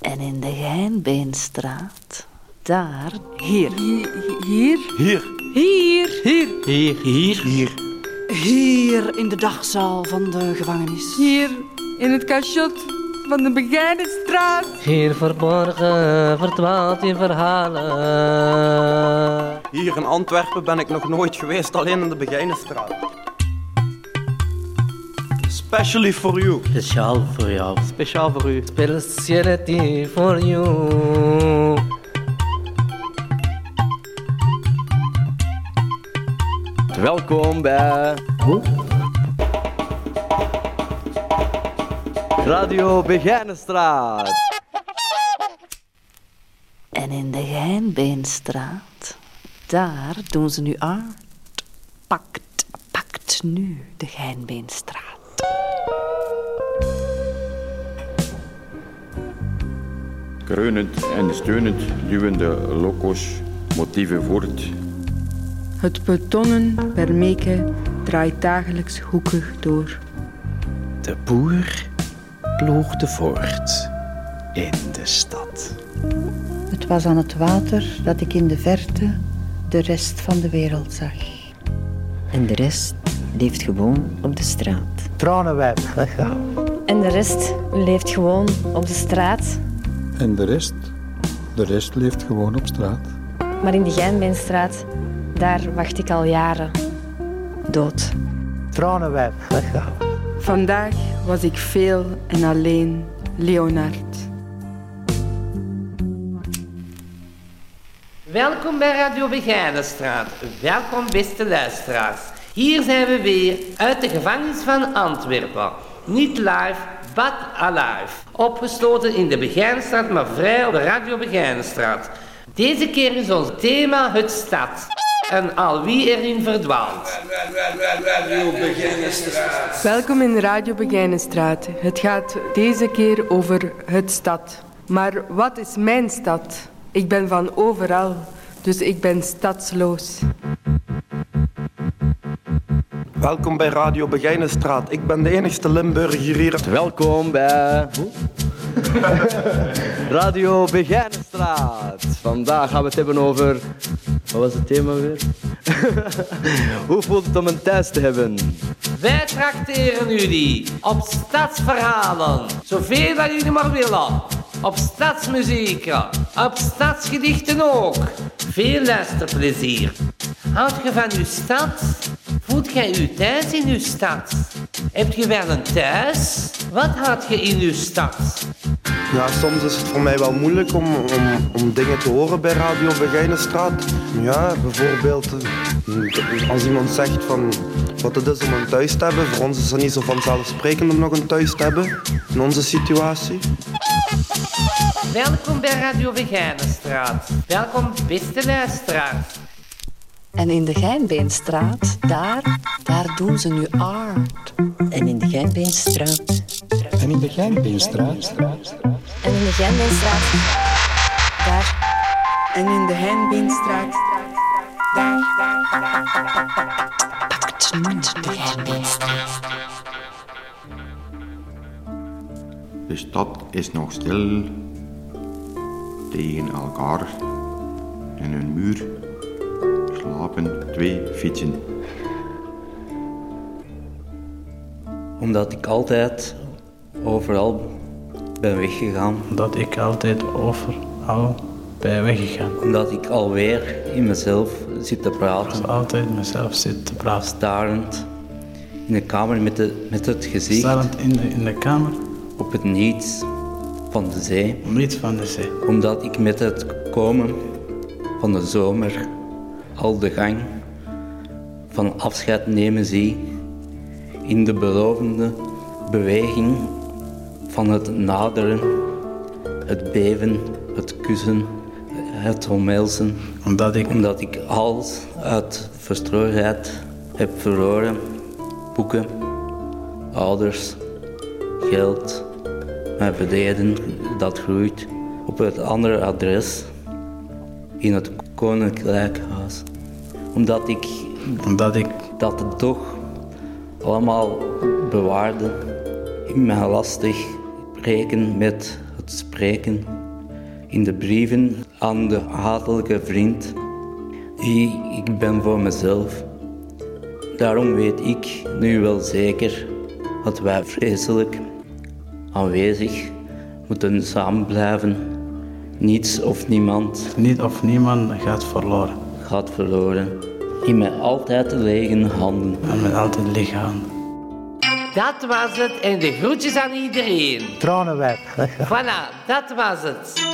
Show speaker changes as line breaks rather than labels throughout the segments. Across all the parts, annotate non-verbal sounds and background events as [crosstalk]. En in de Geinbeenstraat, daar, hier.
Hier?
Hier.
Hier. Hier.
Hier. Hier. Hier.
Hier in de dagzaal van de gevangenis.
Hier. In het cachot van de Begijnenstraat.
Hier verborgen verdwaalt in verhalen.
Hier in Antwerpen ben ik nog nooit geweest, alleen in de Begijnenstraat. Specially for you.
Speciaal voor jou.
Speciaal voor u.
Speciality for you.
Welkom bij
Hoe?
Radio Begijnenstraat.
En in de Geinbeenstraat, daar doen ze nu aan. Pakt, pakt nu de Geinbeenstraat.
Kreunend en steunend duwen de loco's motieven voort.
Het betonnen Permeke draait dagelijks hoekig door.
De boer ploegde voort in de stad.
Het was aan het water dat ik in de verte de rest van de wereld zag.
En de rest leeft gewoon op de straat.
Tranenwijp, weggaan.
En de rest leeft gewoon op de straat.
En de rest? De rest leeft gewoon op straat.
Maar in de Gijnbeenstraat, daar wacht ik al jaren. Dood.
Tranenwijp, weggaan.
Vandaag was ik veel en alleen Leonard.
Welkom bij Radio Begijnenstraat. Welkom beste luisteraars. Hier zijn we weer uit de gevangenis van Antwerpen. Niet live, but alive. Opgesloten in de Begijnenstraat, maar vrij op de Radio Begijnenstraat. Deze keer is ons thema het stad. En al wie erin verdwaalt.
Radio Begijnenstraat.
Welkom in Radio Begijnenstraat. Het gaat deze keer over het stad. Maar wat is mijn stad? Ik ben van overal, dus ik ben stadsloos.
Welkom bij Radio Begijnenstraat. Ik ben de enigste Limburger hier.
Welkom
[laughs]
bij Radio Begijnenstraat. Vandaag gaan we het hebben over. Wat was het thema weer? [laughs] Hoe voelt het om een thuis te hebben?
Wij trakteren jullie op stadsverhalen. Zoveel dat jullie maar willen. Op stadsmuziek. Op stadsgedichten ook. Veel luisterplezier. Houd je van uw stad? Voelt jij je thuis in uw stad? Heb je wel een thuis? Wat had je in uw stad?
Ja, soms is het voor mij wel moeilijk om, om, om dingen te horen bij Radio Begijnenstraat. Ja, bijvoorbeeld eh, als iemand zegt van wat het is om een thuis te hebben. Voor ons is het niet zo vanzelfsprekend om nog een thuis te hebben in onze situatie.
Welkom bij Radio Begijnenstraat. Welkom beste luisteraars.
En in de Geinbeenstraat, daar, daar doen ze nu art.
En in de Gijnbeenstraat.
En in de Gijnbeenstraat.
En in de
er
Gijnbeenstraat, daar.
En in de Gijnbeenstraat, daar.
Pakt nu de er- Gijnbeenstraat.
De stad is nog stil tegen elkaar. In een muur slapen twee fietsen.
Omdat ik altijd overal ben weggegaan.
Dat ik altijd overal ben weggegaan.
Omdat ik alweer in mezelf zit te praten.
Ik altijd mezelf zit te praten.
Starend in de kamer met, de, met het gezicht
Starend in de, in de kamer,
op het niets van de zee.
niet van de zee.
Omdat ik met het komen van de zomer al de gang van afscheid nemen zie in de belovende beweging van het naderen, het beven, het kussen, het omhelzen.
Omdat ik
Omdat ik alles uit verstrooidheid heb verloren. Boeken, ouders, geld, mijn verleden dat groeit op het andere adres in het koninklijk huis. Omdat ik
Omdat ik
dat toch allemaal bewaarde in mijn lastig reken met het spreken in de brieven aan de hatelijke vriend. I- Ik ben voor mezelf. Daarom weet ik nu wel zeker dat wij vreselijk aanwezig moeten samen blijven. Niets of niemand.
Niet of niemand gaat verloren.
Gaat verloren. In mijn altijd lege handen.
En met altijd lege handen.
Dat was het en de groetjes aan iedereen.
Tranen weg.
Voilà, dat was het.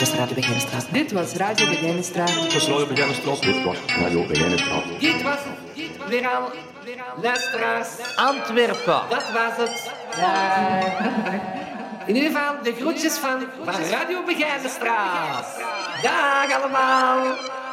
Dit was Radio Begijnenstraat. Dit was Radio Begijnenstraat.
Dit was Radio Begijnenstraat. Dit was Radio Begijnenstraat.
Dit was het. Dit was Weer aan luisteraars Antwerpen. Dat was het. Eh, In ieder geval de groetjes van, van Radio Begijnenstraat. Dag allemaal.